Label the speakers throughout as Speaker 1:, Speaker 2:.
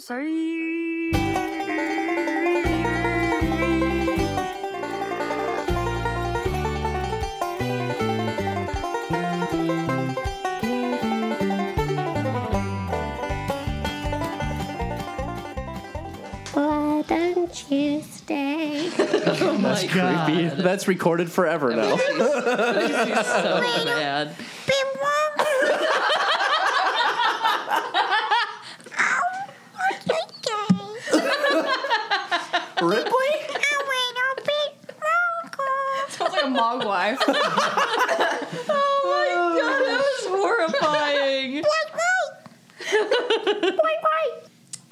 Speaker 1: sorry.
Speaker 2: Why don't you stay?
Speaker 3: That's creepy. That's recorded forever now.
Speaker 4: so bad.
Speaker 2: Oh,
Speaker 3: Ripley?
Speaker 5: Sounds like a mogwai.
Speaker 4: Oh my god, that was horrifying.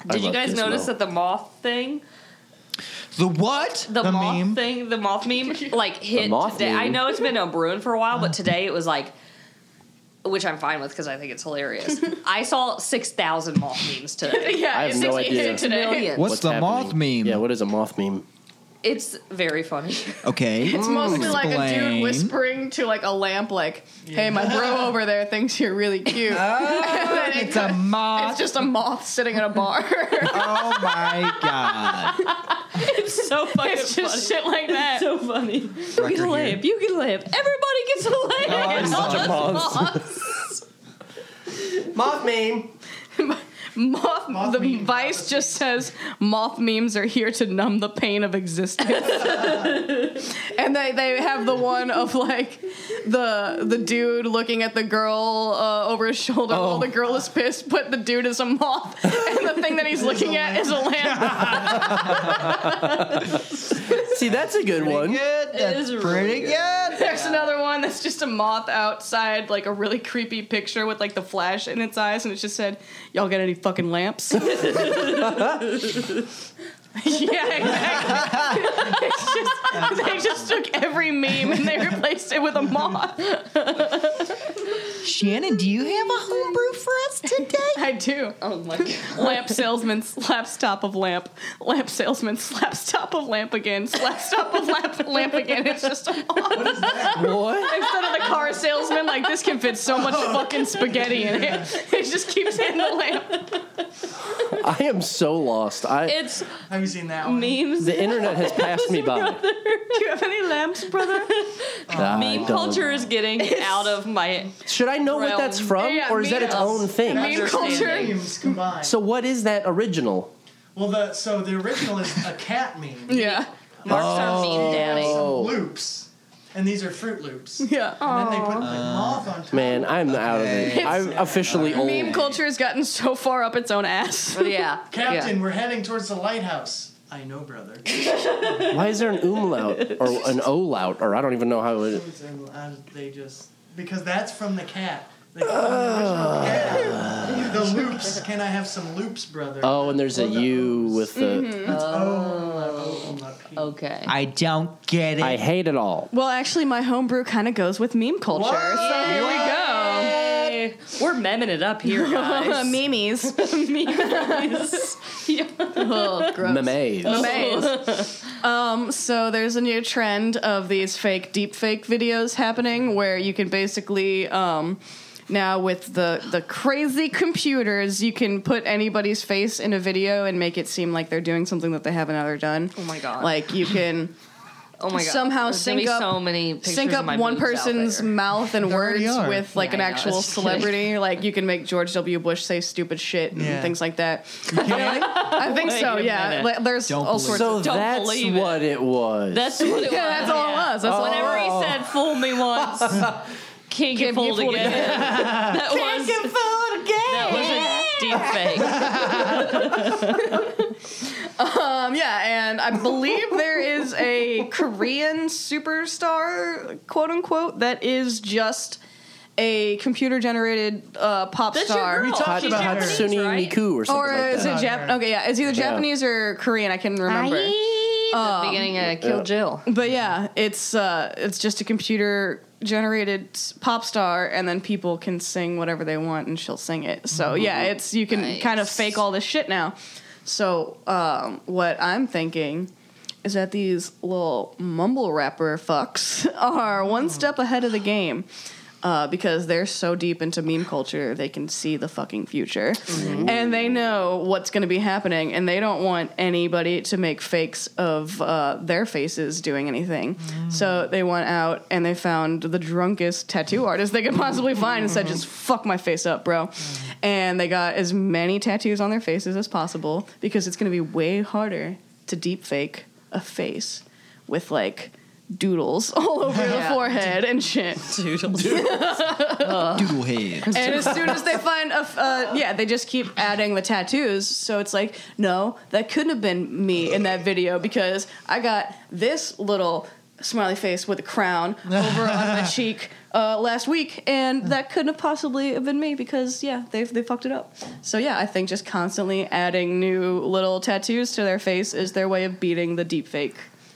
Speaker 3: I
Speaker 4: Did you
Speaker 3: love
Speaker 4: guys notice
Speaker 3: Gizmo.
Speaker 4: that the moth thing,
Speaker 6: The what?
Speaker 4: the, moth
Speaker 6: meme?
Speaker 4: thing, the moth meme, like hit
Speaker 3: moth
Speaker 4: today? I
Speaker 3: meme.
Speaker 4: know it's been a brewing for a while,
Speaker 5: Mm.
Speaker 4: but today it was like, which I'm fine with because I think it's hilarious. I saw six thousand moth memes today.
Speaker 5: yeah,
Speaker 3: I have
Speaker 5: it's
Speaker 3: no
Speaker 5: six-
Speaker 3: idea.
Speaker 5: it's today.
Speaker 4: Millions.
Speaker 6: What's the
Speaker 3: happening?
Speaker 6: moth meme?
Speaker 3: Yeah, what is a moth meme?
Speaker 4: It's very funny.
Speaker 6: Okay.
Speaker 3: Mm.
Speaker 5: It's mostly like a
Speaker 6: Explain.
Speaker 5: dude whispering to like a lamp, like, "Hey, my bro over there thinks you're really cute."
Speaker 6: Ah,
Speaker 5: And then it
Speaker 6: it's a moth.
Speaker 5: It's just a moth sitting in a bar.
Speaker 6: oh my god.
Speaker 4: It's so fucking
Speaker 5: it's just
Speaker 4: funny.
Speaker 5: shit like that.
Speaker 4: so funny. You get a
Speaker 6: Record here.
Speaker 4: lamp. You get a lamp. Everybody gets a lamp.
Speaker 6: I'm
Speaker 3: such a
Speaker 4: All
Speaker 3: moth.
Speaker 4: the moths.
Speaker 3: Moth meme.
Speaker 5: moth, the vice just says moth memes are here to numb the pain of existence and they, they have the one of like the the dude looking at the girl uh, over his shoulder while the girl is pissed but the dude is a moth and the thing that he's looking at is a lamp
Speaker 3: See, that's a good one.
Speaker 6: Good. That's
Speaker 4: is really
Speaker 6: pretty good.
Speaker 5: there's another one that's just a moth outside like a really creepy picture with like the flash in its eyes and it just said y'all got any fucking lamps yeah exactly It's just- they just took every meme and they replaced it with a moth.
Speaker 6: Shannon, do you have a homebrew for us today?
Speaker 5: I do.
Speaker 4: Oh my god.
Speaker 5: Lamp salesman slaps top of lamp. Lamp salesman slaps top of lamp again. Slaps top of lamp lamp again. It's just a moth.
Speaker 3: What?
Speaker 5: Instead of the car salesman, like this can fit so much fucking spaghetti in it. It just keeps hitting the lamp.
Speaker 3: I am so lost. I
Speaker 4: It's
Speaker 7: Have you seen that one?
Speaker 4: memes.
Speaker 3: the internet has passed me by.
Speaker 5: Do you have any lamps, brother?
Speaker 3: I
Speaker 4: Meme
Speaker 3: don't-
Speaker 4: culture is getting out of my.
Speaker 3: Should I know what that's
Speaker 4: realm.
Speaker 3: from,
Speaker 5: Yeah,
Speaker 3: or is that
Speaker 5: meme-
Speaker 3: its own thing?
Speaker 5: Meme culture.
Speaker 7: Memes combined.
Speaker 3: So what is that original?
Speaker 7: well, the so the original is a cat meme.
Speaker 5: Yeah.
Speaker 4: Mark's our meme daddy.
Speaker 3: Oh
Speaker 7: Loops, and these are Fruit Loops. And
Speaker 5: Yeah.
Speaker 7: then they put the moth on top.
Speaker 3: man, I'm out of it.
Speaker 6: Okay.
Speaker 3: I'm officially old.
Speaker 5: Meme culture has gotten so far up its own ass.
Speaker 4: Yeah.
Speaker 7: Captain,
Speaker 4: Yeah.
Speaker 7: we're heading towards the lighthouse. I know, brother.
Speaker 3: Why is there an umlaut or an o-laut or I don't even know how it.
Speaker 7: And I- they just because that's from the cat. They put the, original cat. the loops. Can I have some loops, brother?
Speaker 3: Oh, and there's a
Speaker 7: Or the
Speaker 3: U
Speaker 7: O's.
Speaker 3: with the.
Speaker 4: Mm-hmm.
Speaker 7: Oh, my- oh, my-
Speaker 4: Okay.
Speaker 6: I don't get it.
Speaker 3: I hate it all.
Speaker 5: Well, actually, my homebrew kind of goes with meme culture. So here we go.
Speaker 4: Hey, We're memming it up here, guys.
Speaker 5: Memes. Memes. oh, gross.
Speaker 3: Memes.
Speaker 5: Memes. um, so there's a new trend of these fake deep fake videos happening where you can basically um, now with the the crazy computers you can put anybody's face in a video and make it seem like they're doing something that they haven't ever done.
Speaker 4: Oh my god.
Speaker 5: Like you can
Speaker 4: oh my god.
Speaker 5: somehow
Speaker 4: There's gonna
Speaker 5: sync
Speaker 4: be
Speaker 5: up-
Speaker 4: so many pictures
Speaker 5: sync
Speaker 4: of
Speaker 5: up
Speaker 4: my
Speaker 5: one
Speaker 4: boobs out
Speaker 5: person's
Speaker 4: there.
Speaker 5: mouth and
Speaker 6: already
Speaker 5: words
Speaker 6: are.
Speaker 5: with like
Speaker 4: Yeah,
Speaker 5: an
Speaker 4: I know.
Speaker 5: actual
Speaker 4: Just kidding.
Speaker 5: celebrity. Like you can make George W. Bush say stupid shit and
Speaker 6: Yeah.
Speaker 5: things like that. I think so.
Speaker 4: Wait a
Speaker 5: Yeah,
Speaker 4: minute.
Speaker 5: Like, there's
Speaker 6: Don't
Speaker 5: all
Speaker 6: believe
Speaker 5: sorts.
Speaker 3: So
Speaker 5: of,
Speaker 4: Don't
Speaker 3: that's
Speaker 4: believe it.
Speaker 3: what it was.
Speaker 4: That's what it
Speaker 5: yeah,
Speaker 4: was.
Speaker 5: that's all it was. That's all it
Speaker 4: Whenever he said "fool me once," can't get
Speaker 5: Can't be
Speaker 4: fooled
Speaker 5: fooled
Speaker 4: again. that was that was a deep fake.
Speaker 5: Um, yeah, and I believe there is a Korean superstar, quote unquote, that is just a computer generated uh, pop
Speaker 4: That's your
Speaker 5: star.
Speaker 4: girl. We
Speaker 3: Talked
Speaker 4: She's
Speaker 3: about
Speaker 4: Japanese,
Speaker 3: Hatsune
Speaker 4: right?
Speaker 3: Miku or something
Speaker 5: Or
Speaker 3: like
Speaker 5: is
Speaker 3: that.
Speaker 5: it Jap? Okay, yeah, it's either Japanese or Korean. I can remember.
Speaker 4: the beginning of Kill Jill.
Speaker 5: But yeah, it's uh, it's just a computer generated pop star, and then people can sing whatever they want, and she'll sing it. So
Speaker 3: Mm-hmm.
Speaker 5: yeah, it's you can kind of
Speaker 4: Nice.
Speaker 5: fake all this shit now. So um, what I'm thinking is that these little mumble rapper fucks are one step ahead of the game. uh, because they're so deep into meme culture, they can see the fucking future, and they know what's going to be happening, and they don't want anybody to make fakes of uh, their faces doing anything. So they went out and they found the drunkest tattoo artist they could possibly find, and said, "Just fuck my face up, bro." And they got as many tattoos on their faces as possible because it's going to be way harder to deep fake a face with like doodles all over the forehead and shit.
Speaker 6: Doodlehead.
Speaker 5: And as soon as they find a, f- uh, yeah, they just keep adding the tattoos. So it's like, no, that couldn't have been me in that video because I got this little smiley face with a crown over on my cheek uh, last week, and that couldn't have possibly have been me because yeah, they they fucked it up. So yeah, I think just constantly adding new little tattoos to their face is their way of beating the deepfake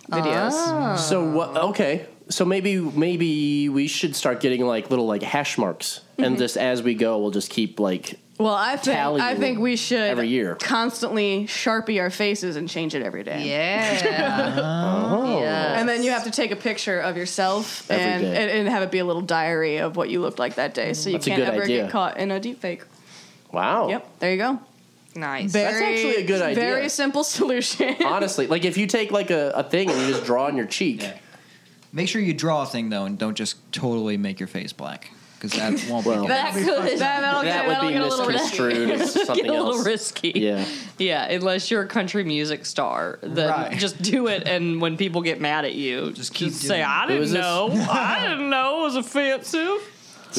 Speaker 5: videos.
Speaker 3: So what? Okay. So maybe maybe we should start getting like little like hash marks,
Speaker 4: Mm-hmm.
Speaker 3: and just as we go, we'll just keep like.
Speaker 5: Well, I think
Speaker 3: Tally
Speaker 5: I think we should
Speaker 3: every year.
Speaker 5: constantly sharpie our faces and change it every day.
Speaker 4: Yeah.
Speaker 3: Oh.
Speaker 5: And then you have to take a picture of yourself
Speaker 3: Every
Speaker 5: and,
Speaker 3: day.
Speaker 5: and and have it be a little diary of what you looked like that day, so you
Speaker 3: That's a
Speaker 5: can't
Speaker 3: good
Speaker 5: ever
Speaker 3: idea.
Speaker 5: get caught in a deep fake.
Speaker 3: Wow.
Speaker 5: Yep, there you go.
Speaker 4: nice.
Speaker 5: Very,
Speaker 3: actually a good idea.
Speaker 5: Very simple solution.
Speaker 3: Honestly, like if you take like a, a thing and you just draw on your cheek,
Speaker 6: Yeah. Make sure you draw a thing though, and don't just totally make your face black because that won't
Speaker 3: Well,
Speaker 6: be. Good.
Speaker 4: that could.
Speaker 5: that,
Speaker 3: that
Speaker 5: that'll get,
Speaker 3: would
Speaker 5: that'll
Speaker 3: be
Speaker 5: get a little risky.
Speaker 3: misconstrued as something
Speaker 4: Get a little
Speaker 3: else.
Speaker 4: risky.
Speaker 3: Yeah.
Speaker 4: Yeah, unless you're a country music star, then
Speaker 6: Right.
Speaker 4: just do it. And when people get mad at you, just,
Speaker 6: keep
Speaker 4: say,
Speaker 6: doing it.
Speaker 4: "I
Speaker 3: Who
Speaker 4: didn't
Speaker 3: is this?
Speaker 4: know. I didn't know it was offensive."
Speaker 3: Who's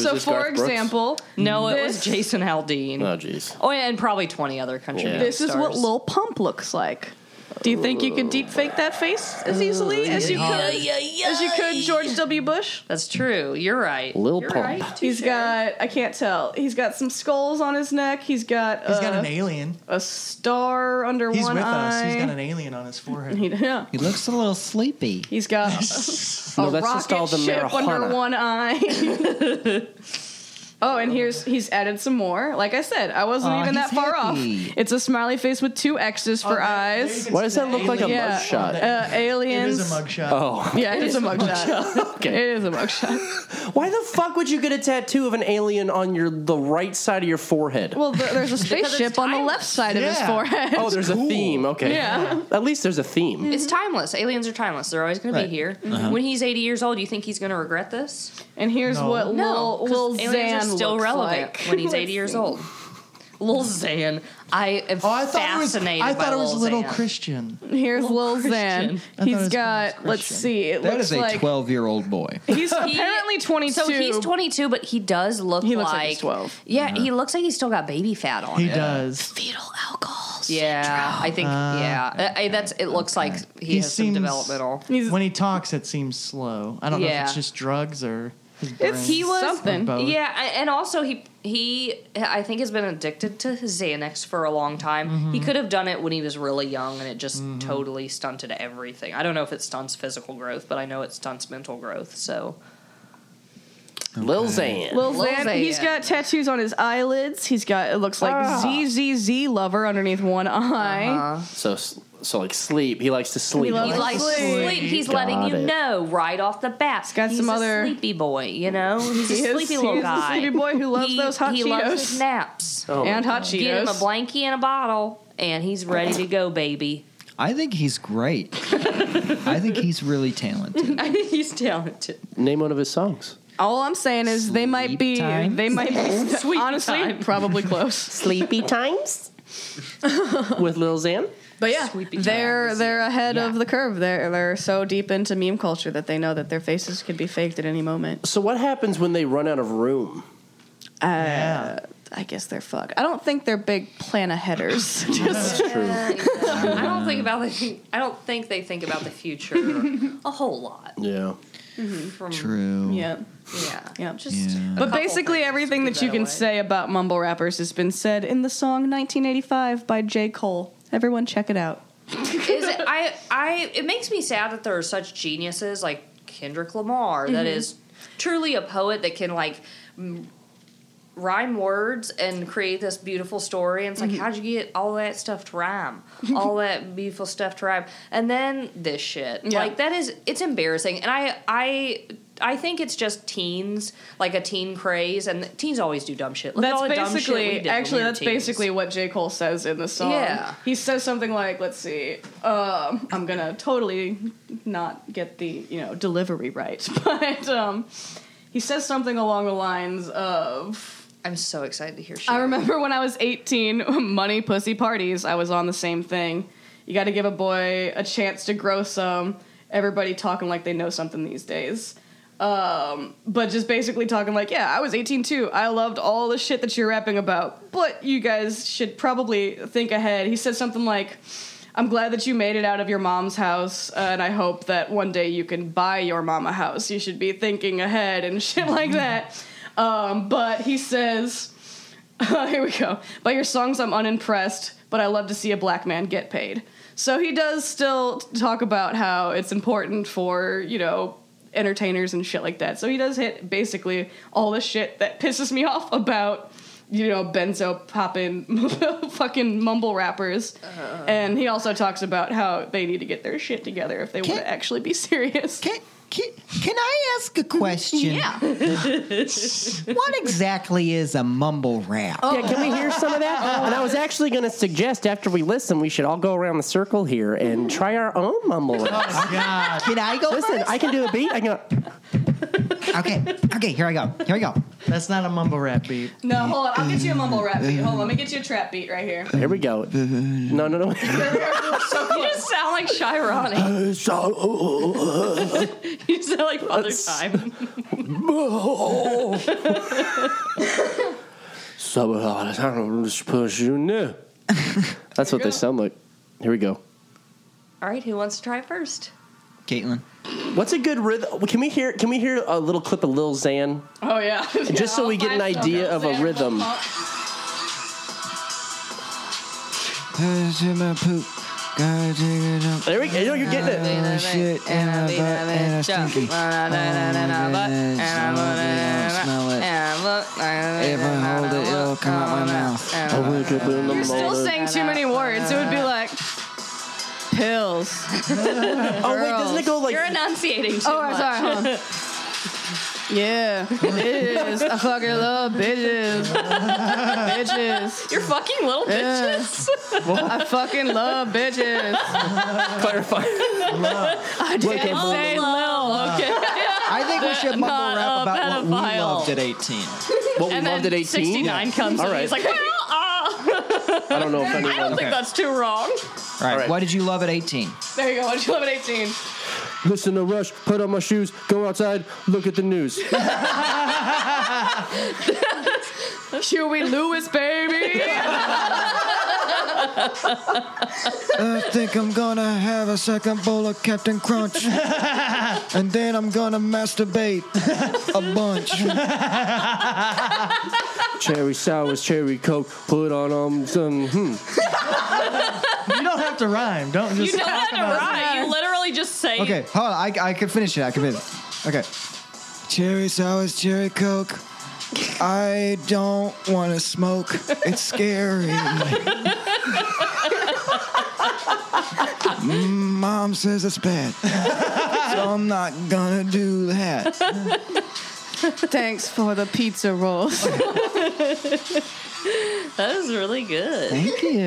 Speaker 5: So,
Speaker 3: this,
Speaker 5: for
Speaker 3: Garth Brooks?
Speaker 5: example,
Speaker 4: No, it was
Speaker 5: This-
Speaker 4: Jason Aldean.
Speaker 3: Oh jeez.
Speaker 4: oh yeah, and probably twenty other country.
Speaker 3: Yeah.
Speaker 4: music
Speaker 5: this is what
Speaker 4: stars.
Speaker 5: Lil Pump looks like. Do you think you could deep fake that face as easily as you could as you could George W. Bush?
Speaker 4: That's true. You're right.
Speaker 3: Lil
Speaker 4: You're
Speaker 3: Pump.
Speaker 4: right.
Speaker 5: He's got I can't tell. He's got some skulls on his neck. He's got
Speaker 7: He's
Speaker 5: uh,
Speaker 7: got an alien.
Speaker 5: a star under
Speaker 7: He's
Speaker 5: one
Speaker 7: with
Speaker 5: eye.
Speaker 7: us. He's got an alien on his forehead.
Speaker 5: He- yeah.
Speaker 6: He looks a little sleepy.
Speaker 5: He's got a, a
Speaker 3: No, that's
Speaker 5: rocket
Speaker 3: just all the
Speaker 5: ship
Speaker 3: marijuana.
Speaker 5: under one eye. oh, and here's he's added some more. Like I said, I wasn't
Speaker 6: Aw,
Speaker 5: even that
Speaker 6: he's
Speaker 5: far
Speaker 6: happy.
Speaker 5: off. It's a smiley face with two X's for eyes.
Speaker 3: Why does that look like a
Speaker 5: Yeah.
Speaker 3: mugshot?
Speaker 5: Uh,
Speaker 7: It
Speaker 5: aliens.
Speaker 7: is a mugshot.
Speaker 3: Oh.
Speaker 5: yeah, it is a mugshot. it
Speaker 3: Okay.
Speaker 5: is a mugshot.
Speaker 3: Why the fuck would you get a tattoo of an alien on your the right side of your forehead?
Speaker 5: Well, th- there's a spaceship on the left side of his
Speaker 6: Yeah.
Speaker 5: forehead.
Speaker 3: oh, there's a theme. Okay.
Speaker 5: Yeah.
Speaker 3: At least there's a theme.
Speaker 4: It's
Speaker 5: Mm-hmm.
Speaker 4: timeless. Aliens are timeless. They're always going to
Speaker 3: Right.
Speaker 4: be here.
Speaker 7: Uh-huh.
Speaker 4: When he's 80 years old, you think he's going to regret this?
Speaker 5: And here's
Speaker 7: No.
Speaker 5: what
Speaker 4: No,
Speaker 5: Lil,
Speaker 4: 'cause
Speaker 5: Lil
Speaker 4: aliens
Speaker 5: Xan
Speaker 4: are still
Speaker 5: looks
Speaker 4: relevant
Speaker 5: like.
Speaker 4: when he's 80 years old. Lil Xan, I am
Speaker 7: Oh, I thought it was.
Speaker 4: fascinated.
Speaker 7: I thought
Speaker 4: by
Speaker 7: it was
Speaker 4: Lil
Speaker 7: little
Speaker 4: Xan.
Speaker 7: Christian.
Speaker 5: Here's Lil Xan.
Speaker 4: Christian.
Speaker 7: I thought it
Speaker 5: He's
Speaker 7: was
Speaker 5: got.
Speaker 7: pronounced
Speaker 5: Let's
Speaker 7: Christian.
Speaker 5: see. It
Speaker 6: That
Speaker 5: looks
Speaker 6: is a
Speaker 5: like
Speaker 6: twelve-year-old boy.
Speaker 5: he's apparently 22.
Speaker 4: So he's 22, but he does look
Speaker 5: He
Speaker 4: like
Speaker 5: looks like he's 12.
Speaker 4: Yeah, he looks like he's still got baby fat on.
Speaker 7: Uh-huh. He
Speaker 4: him.
Speaker 7: does.
Speaker 2: Fetal alcohol.
Speaker 4: Yeah, I think. yeah, Uh, I- I- that's. It looks like he,
Speaker 7: He
Speaker 4: has some
Speaker 7: seems-
Speaker 4: developmental.
Speaker 5: He's-
Speaker 7: when he talks, it seems slow. I don't know
Speaker 4: Yeah.
Speaker 7: if it's just drugs or his brain.
Speaker 5: It's
Speaker 4: He was-
Speaker 5: something.
Speaker 7: Both.
Speaker 4: Yeah, I- and also he he I think has been addicted to Xanax for a long time.
Speaker 3: Mm-hmm.
Speaker 4: He could have done it when he was really young, and it just totally stunted everything. I don't know if it stunts physical growth, but I know it stunts mental growth. So
Speaker 3: Lil Xan.
Speaker 5: Lil
Speaker 4: Lil
Speaker 5: Xan, he's
Speaker 4: Xan.
Speaker 5: got tattoos on his eyelids. He's got it looks like
Speaker 7: Ah.
Speaker 5: ZZZ lover underneath one
Speaker 4: Uh-huh.
Speaker 5: eye.
Speaker 3: so so like sleep. He likes to sleep.
Speaker 5: He loves-
Speaker 4: he likes to
Speaker 5: Sleep.
Speaker 4: sleep. He's
Speaker 3: Got
Speaker 4: letting you
Speaker 3: it.
Speaker 4: know right off the bat. He's
Speaker 5: got some
Speaker 4: a
Speaker 5: other-
Speaker 4: sleepy boy. You know, he's a
Speaker 5: He is-
Speaker 4: sleepy little
Speaker 5: he's a
Speaker 4: guy.
Speaker 5: sleepy boy who loves
Speaker 4: he,
Speaker 5: those hot
Speaker 4: He loves
Speaker 5: Cheetos.
Speaker 4: his naps.
Speaker 3: Oh,
Speaker 5: and hot Cheetos.
Speaker 4: Get him a blankie and a bottle, and he's ready to go, baby.
Speaker 6: I think he's great. I think he's really talented.
Speaker 4: I think he's talented.
Speaker 3: Name one of his songs.
Speaker 5: All I'm saying is they might
Speaker 6: Sleep
Speaker 5: be.
Speaker 6: time.
Speaker 5: They might be.
Speaker 4: Sweet
Speaker 5: honestly,
Speaker 4: time.
Speaker 5: probably close.
Speaker 3: Sleepy times. With Lil Xan.
Speaker 5: But yeah,
Speaker 4: Sweepy time.
Speaker 5: they're they're ahead of the curve. They're they're so deep into meme culture that they know that their faces could be faked at any moment.
Speaker 3: So what happens when they run out of room?
Speaker 5: Uh,
Speaker 7: Yeah.
Speaker 5: I guess they're fucked. I don't think they're big plan aheaders. Just
Speaker 4: Yeah, exactly. I don't think about the. I don't think they think about the future a whole lot.
Speaker 3: Yeah.
Speaker 4: From,
Speaker 6: True.
Speaker 5: yeah,
Speaker 4: Yeah.
Speaker 5: yeah.
Speaker 4: Just.
Speaker 6: Yeah.
Speaker 5: But
Speaker 4: couple
Speaker 5: basically,
Speaker 4: things
Speaker 5: everything
Speaker 4: give
Speaker 5: that you
Speaker 4: that
Speaker 5: can
Speaker 4: away.
Speaker 5: say about mumble rappers has been said in the song 1985 by J. Cole. Everyone, check it out.
Speaker 4: Is it, I. I. It makes me sad that there are such geniuses like Kendrick Lamar that
Speaker 5: Mm-hmm.
Speaker 4: is truly a poet that can like. m- Rhyme words and create this beautiful story. And it's
Speaker 5: Mm-hmm.
Speaker 4: like, how'd you get all that stuff to rhyme? All that beautiful stuff to rhyme, and then this shit.
Speaker 5: Yeah.
Speaker 4: Like that is, it's embarrassing. And I, I, I think it's just teens, like a teen craze, and teens always do dumb shit. Look at all
Speaker 5: That's
Speaker 4: the dumb shit we did
Speaker 5: basically
Speaker 4: when
Speaker 5: actually
Speaker 4: we were
Speaker 5: that's
Speaker 4: teens.
Speaker 5: basically what J. Cole says in the song.
Speaker 4: Yeah.
Speaker 5: He says something like, let's see, um, I'm gonna totally not get the, you know, delivery right. But um he says something along the lines of
Speaker 4: I'm so excited to hear shit.
Speaker 5: I remember when I was 18, money pussy parties, I was on the same thing. You got to give a boy a chance to grow some. Everybody talking like they know something these days. Um, but just basically talking like, yeah, I was 18 too. I loved all the shit that you're rapping about, but you guys should probably think ahead. He said something like, I'm glad that you made it out of your mom's house, uh, and I hope that one day you can buy your mom a house. You should be thinking ahead and shit like that. Um, but he says, here we go. By your songs, I'm unimpressed, but I love to see a black man get paid. So he does still t- talk about how it's important for, you know, entertainers and shit like that. So he does hit basically all the shit that pisses me off about, you know, benzo poppin' fucking mumble rappers. and he also talks about how they need to get their shit together if they want
Speaker 6: Can't-
Speaker 5: to actually be serious.
Speaker 6: Can, can, can I ask a question?
Speaker 5: yeah.
Speaker 6: What exactly is a mumble rap?
Speaker 5: Oh.
Speaker 3: Yeah, can we hear some of that? And I was actually going to suggest after we listen, we should all go around the circle here and try our own mumble
Speaker 7: Oh,
Speaker 5: Oh.
Speaker 3: raps.
Speaker 6: God. Can I go
Speaker 3: Listen,
Speaker 6: first?
Speaker 3: I can do a beat. I can. Go,
Speaker 6: okay, okay, here I go. Here we go.
Speaker 7: That's not a mumble rap beat.
Speaker 5: No, hold on. I'll get you a mumble rap beat. Hold on. Let me get you a trap beat right here.
Speaker 3: here we go. No, no, no.
Speaker 4: you just sound like Shy Ronnie. you sound like Father Time.
Speaker 3: That's what they sound like. Here we go.
Speaker 4: All right, who wants to try first?
Speaker 6: Caitlin.
Speaker 3: What's a good rhythm? Can we hear? Can we hear a little clip of Lil Xan?
Speaker 5: Oh yeah.
Speaker 3: Just so we get an idea of a rhythm.
Speaker 6: my poop. Gotta take it up.
Speaker 3: There we go. You're getting it.
Speaker 6: Oh, shit, and I butt, and I stinky. Oh, man, I smell it. If I hold it, it'll come out my mouth.
Speaker 3: I wake up in the
Speaker 5: You're still
Speaker 3: morning.
Speaker 5: saying too many words. It would be like pills.
Speaker 3: Oh wait, doesn't it go like?
Speaker 4: You're enunciating too
Speaker 5: Oh, I'm
Speaker 4: much.
Speaker 5: sorry. Hold on. Yeah, bitches. I fucking love bitches. bitches.
Speaker 4: You're fucking little
Speaker 5: Yeah.
Speaker 4: bitches.
Speaker 5: I fucking love bitches.
Speaker 3: clarify.
Speaker 5: I didn't say lil. Okay.
Speaker 6: I think we should mumble rap about what we loved at 18.
Speaker 3: What we
Speaker 4: And
Speaker 3: loved
Speaker 4: then
Speaker 3: at 18.
Speaker 4: 69 comes
Speaker 3: All
Speaker 4: and
Speaker 3: right.
Speaker 4: he's like, well, uh,
Speaker 3: I don't know if anyone.
Speaker 4: I don't think that's too wrong.
Speaker 6: All right,
Speaker 3: All right.
Speaker 6: what did you love at 18?
Speaker 5: There you go. What you love at 18?
Speaker 3: Listen to Rush, put on my shoes, go outside, look at the news.
Speaker 5: Huey Lewis, baby.
Speaker 6: I think I'm gonna have a second bowl of Captain Crunch. and then I'm gonna masturbate a bunch.
Speaker 3: cherry sours, cherry coke, put on um some. Hmm.
Speaker 7: You don't have to rhyme. Don't just.
Speaker 4: You don't have to rhyme. You literally just say it.
Speaker 6: Okay, hold on. I, I can finish it. I can finish it. Okay. Cherry sours, cherry coke. I don't want to smoke. It's scary. Mm, Mom says it's bad. So I'm not going to do that.
Speaker 5: Thanks for the pizza rolls.
Speaker 4: That is really good.
Speaker 6: Thank you.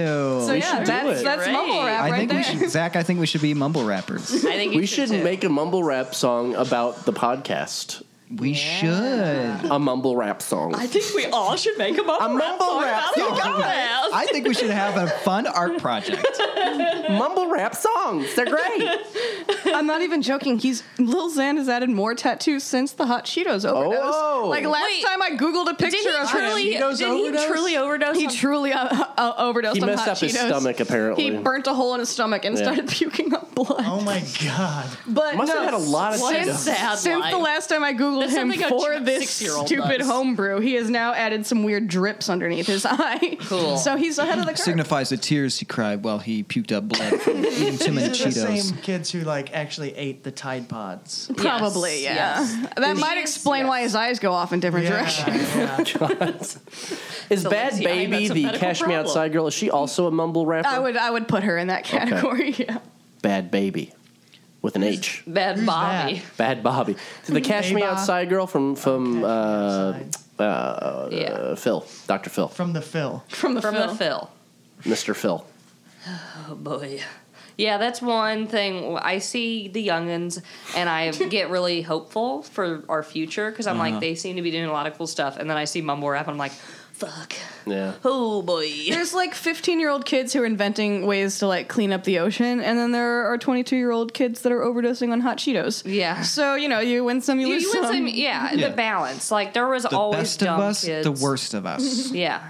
Speaker 5: So yeah,
Speaker 3: should do
Speaker 5: that's
Speaker 3: it.
Speaker 5: that's
Speaker 4: Great.
Speaker 5: mumble rap
Speaker 6: I
Speaker 5: right
Speaker 6: think
Speaker 5: there.
Speaker 6: we should, Zach, I think we should be mumble rappers.
Speaker 4: I think you
Speaker 3: We should
Speaker 4: too.
Speaker 3: make a mumble rap song about the podcast.
Speaker 6: We should.
Speaker 3: A mumble rap song.
Speaker 4: I think we all should make a mumble
Speaker 3: A
Speaker 4: rap.
Speaker 3: mumble
Speaker 4: song
Speaker 3: rap.
Speaker 4: about the podcast.
Speaker 6: I think we should have a fun art project.
Speaker 3: mumble rap songs. They're great.
Speaker 5: I'm not even joking. He's Lil Xan has added more tattoos since the Hot Cheetos overdose.
Speaker 3: Oh.
Speaker 5: Like last
Speaker 4: Wait.
Speaker 5: time I googled a
Speaker 4: Did
Speaker 5: picture
Speaker 4: he
Speaker 5: of him.
Speaker 4: truly? Did
Speaker 3: Cheetos overdose?
Speaker 4: he truly overdose?
Speaker 5: He
Speaker 4: on-
Speaker 5: truly uh, uh, overdosed
Speaker 3: He
Speaker 5: on
Speaker 3: messed
Speaker 5: Hot
Speaker 3: up his
Speaker 5: Cheetos.
Speaker 3: stomach, apparently.
Speaker 5: He burnt a hole in his stomach and
Speaker 3: Yeah.
Speaker 5: started puking up blood.
Speaker 7: Oh my god.
Speaker 5: but
Speaker 3: Must
Speaker 5: no,
Speaker 3: have had a lot of
Speaker 4: What a
Speaker 3: Cheetos.
Speaker 4: sad
Speaker 5: since
Speaker 4: life.
Speaker 5: the last time I googled
Speaker 4: That's
Speaker 5: him
Speaker 4: something a
Speaker 5: for
Speaker 4: ch-
Speaker 5: this
Speaker 4: six-year-old
Speaker 5: stupid
Speaker 4: does.
Speaker 5: homebrew, he has now added some weird drips underneath his eye.
Speaker 4: Cool.
Speaker 5: So he's ahead of the curve.
Speaker 6: Signifies the tears he cried while he puked up blood from eating too many
Speaker 7: These are the
Speaker 6: Cheetos.
Speaker 7: same kids who like actually ate the Tide Pods.
Speaker 5: Probably,
Speaker 4: Yes,
Speaker 5: yeah.
Speaker 4: yes.
Speaker 5: That might explain why his eyes go off in different directions.
Speaker 7: yeah.
Speaker 3: Is
Speaker 4: a
Speaker 3: Bad
Speaker 4: lazy eye,
Speaker 3: Baby
Speaker 4: that's a
Speaker 3: the
Speaker 4: medical
Speaker 3: Cash Me
Speaker 4: problem.
Speaker 3: Outside girl? Is she also a mumble rapper?
Speaker 5: I would I would put her in that category. Yeah.
Speaker 3: Bad Baby. with an H.
Speaker 4: Bad
Speaker 7: Who's
Speaker 4: Bobby.
Speaker 3: Bad Bobby. The Cash Me
Speaker 7: Bebop.
Speaker 3: Outside girl from from
Speaker 7: Catch Me
Speaker 4: Oh,
Speaker 3: uh,
Speaker 7: Outside.
Speaker 3: uh,
Speaker 4: Yeah.
Speaker 3: Phil, Doctor Phil,
Speaker 7: from the Phil.
Speaker 5: From the
Speaker 4: From
Speaker 5: film.
Speaker 4: the Phil.
Speaker 3: Mister Phil.
Speaker 4: Oh boy. Yeah, that's one thing. I see the youngins, and I get really hopeful for our future because I'm like, they seem to be doing a lot of cool stuff. And then I see mumble rap, and I'm like, fuck.
Speaker 3: Yeah.
Speaker 4: Oh boy.
Speaker 5: There's like 15 year old kids who are inventing ways to like clean up the ocean, and then there are 22 year old kids that are overdosing on hot Cheetos.
Speaker 4: Yeah.
Speaker 5: So you know, you win some, you,
Speaker 4: You,
Speaker 5: lose
Speaker 4: you
Speaker 5: some.
Speaker 4: went some, yeah,
Speaker 6: Yeah.
Speaker 4: the balance. Like there was
Speaker 6: The
Speaker 4: always
Speaker 6: best
Speaker 4: dumb
Speaker 6: of us,
Speaker 4: kids.
Speaker 6: the worst of us.
Speaker 4: Yeah.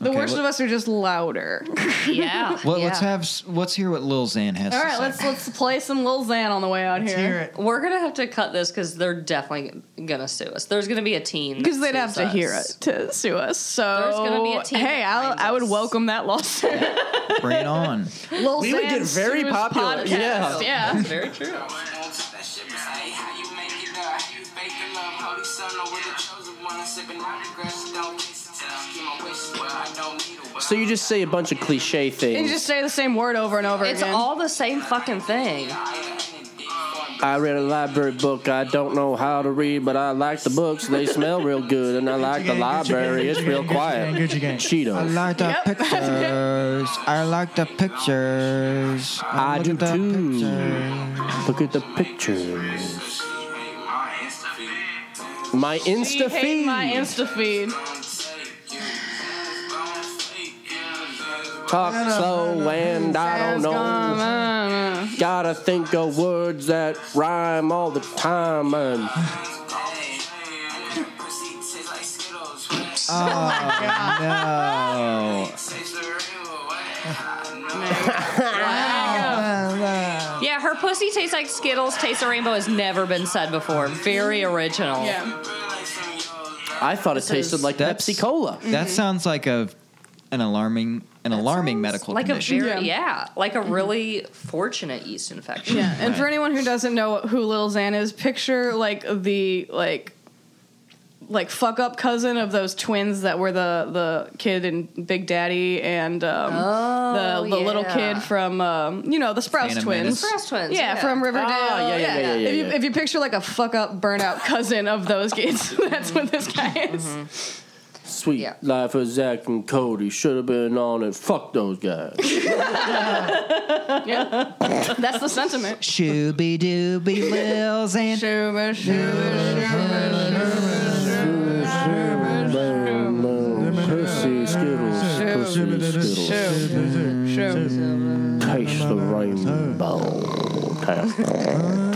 Speaker 5: The
Speaker 6: Okay,
Speaker 5: worst
Speaker 6: let-
Speaker 5: of us are just louder.
Speaker 4: Yeah.
Speaker 6: Well,
Speaker 4: yeah.
Speaker 6: let's have s- let's hear what Lil Xan has.
Speaker 5: All
Speaker 6: to
Speaker 5: right,
Speaker 6: say.
Speaker 5: let's let's play some Lil Xan on the way out
Speaker 7: Let's hear
Speaker 5: here
Speaker 7: it.
Speaker 4: We're gonna have to cut this because they're definitely gonna sue us. There's gonna be a teen
Speaker 5: because
Speaker 4: that
Speaker 5: they'd have
Speaker 4: sues
Speaker 5: to hear
Speaker 4: us.
Speaker 5: it to sue us. So
Speaker 4: There's gonna be a team
Speaker 5: Hey,
Speaker 4: that
Speaker 5: I'll,
Speaker 4: finds
Speaker 5: I would
Speaker 4: us.
Speaker 5: welcome that lawsuit.
Speaker 6: Bring it on.
Speaker 5: Lil
Speaker 3: We would get very
Speaker 5: sues
Speaker 3: popular,
Speaker 5: podcast.
Speaker 3: yeah.
Speaker 5: yeah.
Speaker 4: Very true.
Speaker 1: That shit be tight, how you make it up? Fake the love, holy son, no with the chosen one. I'm sipping rock and grass, don't miss it. Tell me my wishes, well, I don't need a well.
Speaker 3: So you just say a bunch of cliche
Speaker 5: And
Speaker 3: things.
Speaker 5: you just say the same word over and over
Speaker 4: It's
Speaker 5: again.
Speaker 4: all the same fucking thing.
Speaker 3: I read a library book. I don't know how to read, but I like the books. They smell real good, and I like the
Speaker 7: Gucci gang, Gucci
Speaker 3: library.
Speaker 7: gang,
Speaker 3: It's
Speaker 7: Gucci
Speaker 3: real
Speaker 7: gang, Gucci gang,
Speaker 3: quiet.
Speaker 7: Gucci
Speaker 6: I
Speaker 7: gang.
Speaker 3: Cheeto.
Speaker 6: like the
Speaker 5: Yep.
Speaker 6: pictures. I like the pictures.
Speaker 3: I
Speaker 6: look
Speaker 3: do
Speaker 6: at the
Speaker 3: too.
Speaker 6: pictures.
Speaker 3: Look at the pictures. My
Speaker 5: She
Speaker 3: Insta
Speaker 5: hate my
Speaker 3: feed.
Speaker 5: Insta feed.
Speaker 3: Talk slow and I don't know. Gotta think of words that rhyme all the time. And
Speaker 6: Oh.
Speaker 4: Yeah, her pussy tastes like Skittles, tastes a rainbow has never been said before. Very original.
Speaker 5: Yeah.
Speaker 3: I thought it tasted
Speaker 4: is-
Speaker 3: like
Speaker 6: That's-
Speaker 3: Pepsi Cola.
Speaker 6: That sounds like a an alarming an alarming medical
Speaker 4: Like
Speaker 6: condition.
Speaker 4: a very,
Speaker 5: Yeah. Mm-hmm.
Speaker 4: yeah. like a really fortunate yeast infection.
Speaker 5: Yeah, and for anyone who doesn't know who Lil Xan is, picture like the like like fuck up cousin of those twins that were the the kid and Big Daddy and um,
Speaker 4: Oh,
Speaker 5: the the little
Speaker 4: yeah.
Speaker 5: kid from um, you know the Sprouse
Speaker 6: Phantom
Speaker 5: twins.
Speaker 6: Menace.
Speaker 4: Breast twins.
Speaker 5: Yeah, from Riverdale.
Speaker 3: Ah, yeah, yeah, yeah, yeah, yeah,
Speaker 5: if, you,
Speaker 3: yeah.
Speaker 5: if you picture like a fuck up, burnout cousin of those kids, that's what this guy is.
Speaker 3: Sweet
Speaker 4: Yeah.
Speaker 3: life of Zach and Cody should have been on it. Fuck those guys.
Speaker 5: Yeah. that's the sentiment.
Speaker 6: Shooby dooby lils and
Speaker 5: Shuba, shuba,
Speaker 3: Pussy Skittles, pussy Skittles,
Speaker 5: shuba, shuba.
Speaker 3: taste the rainbow.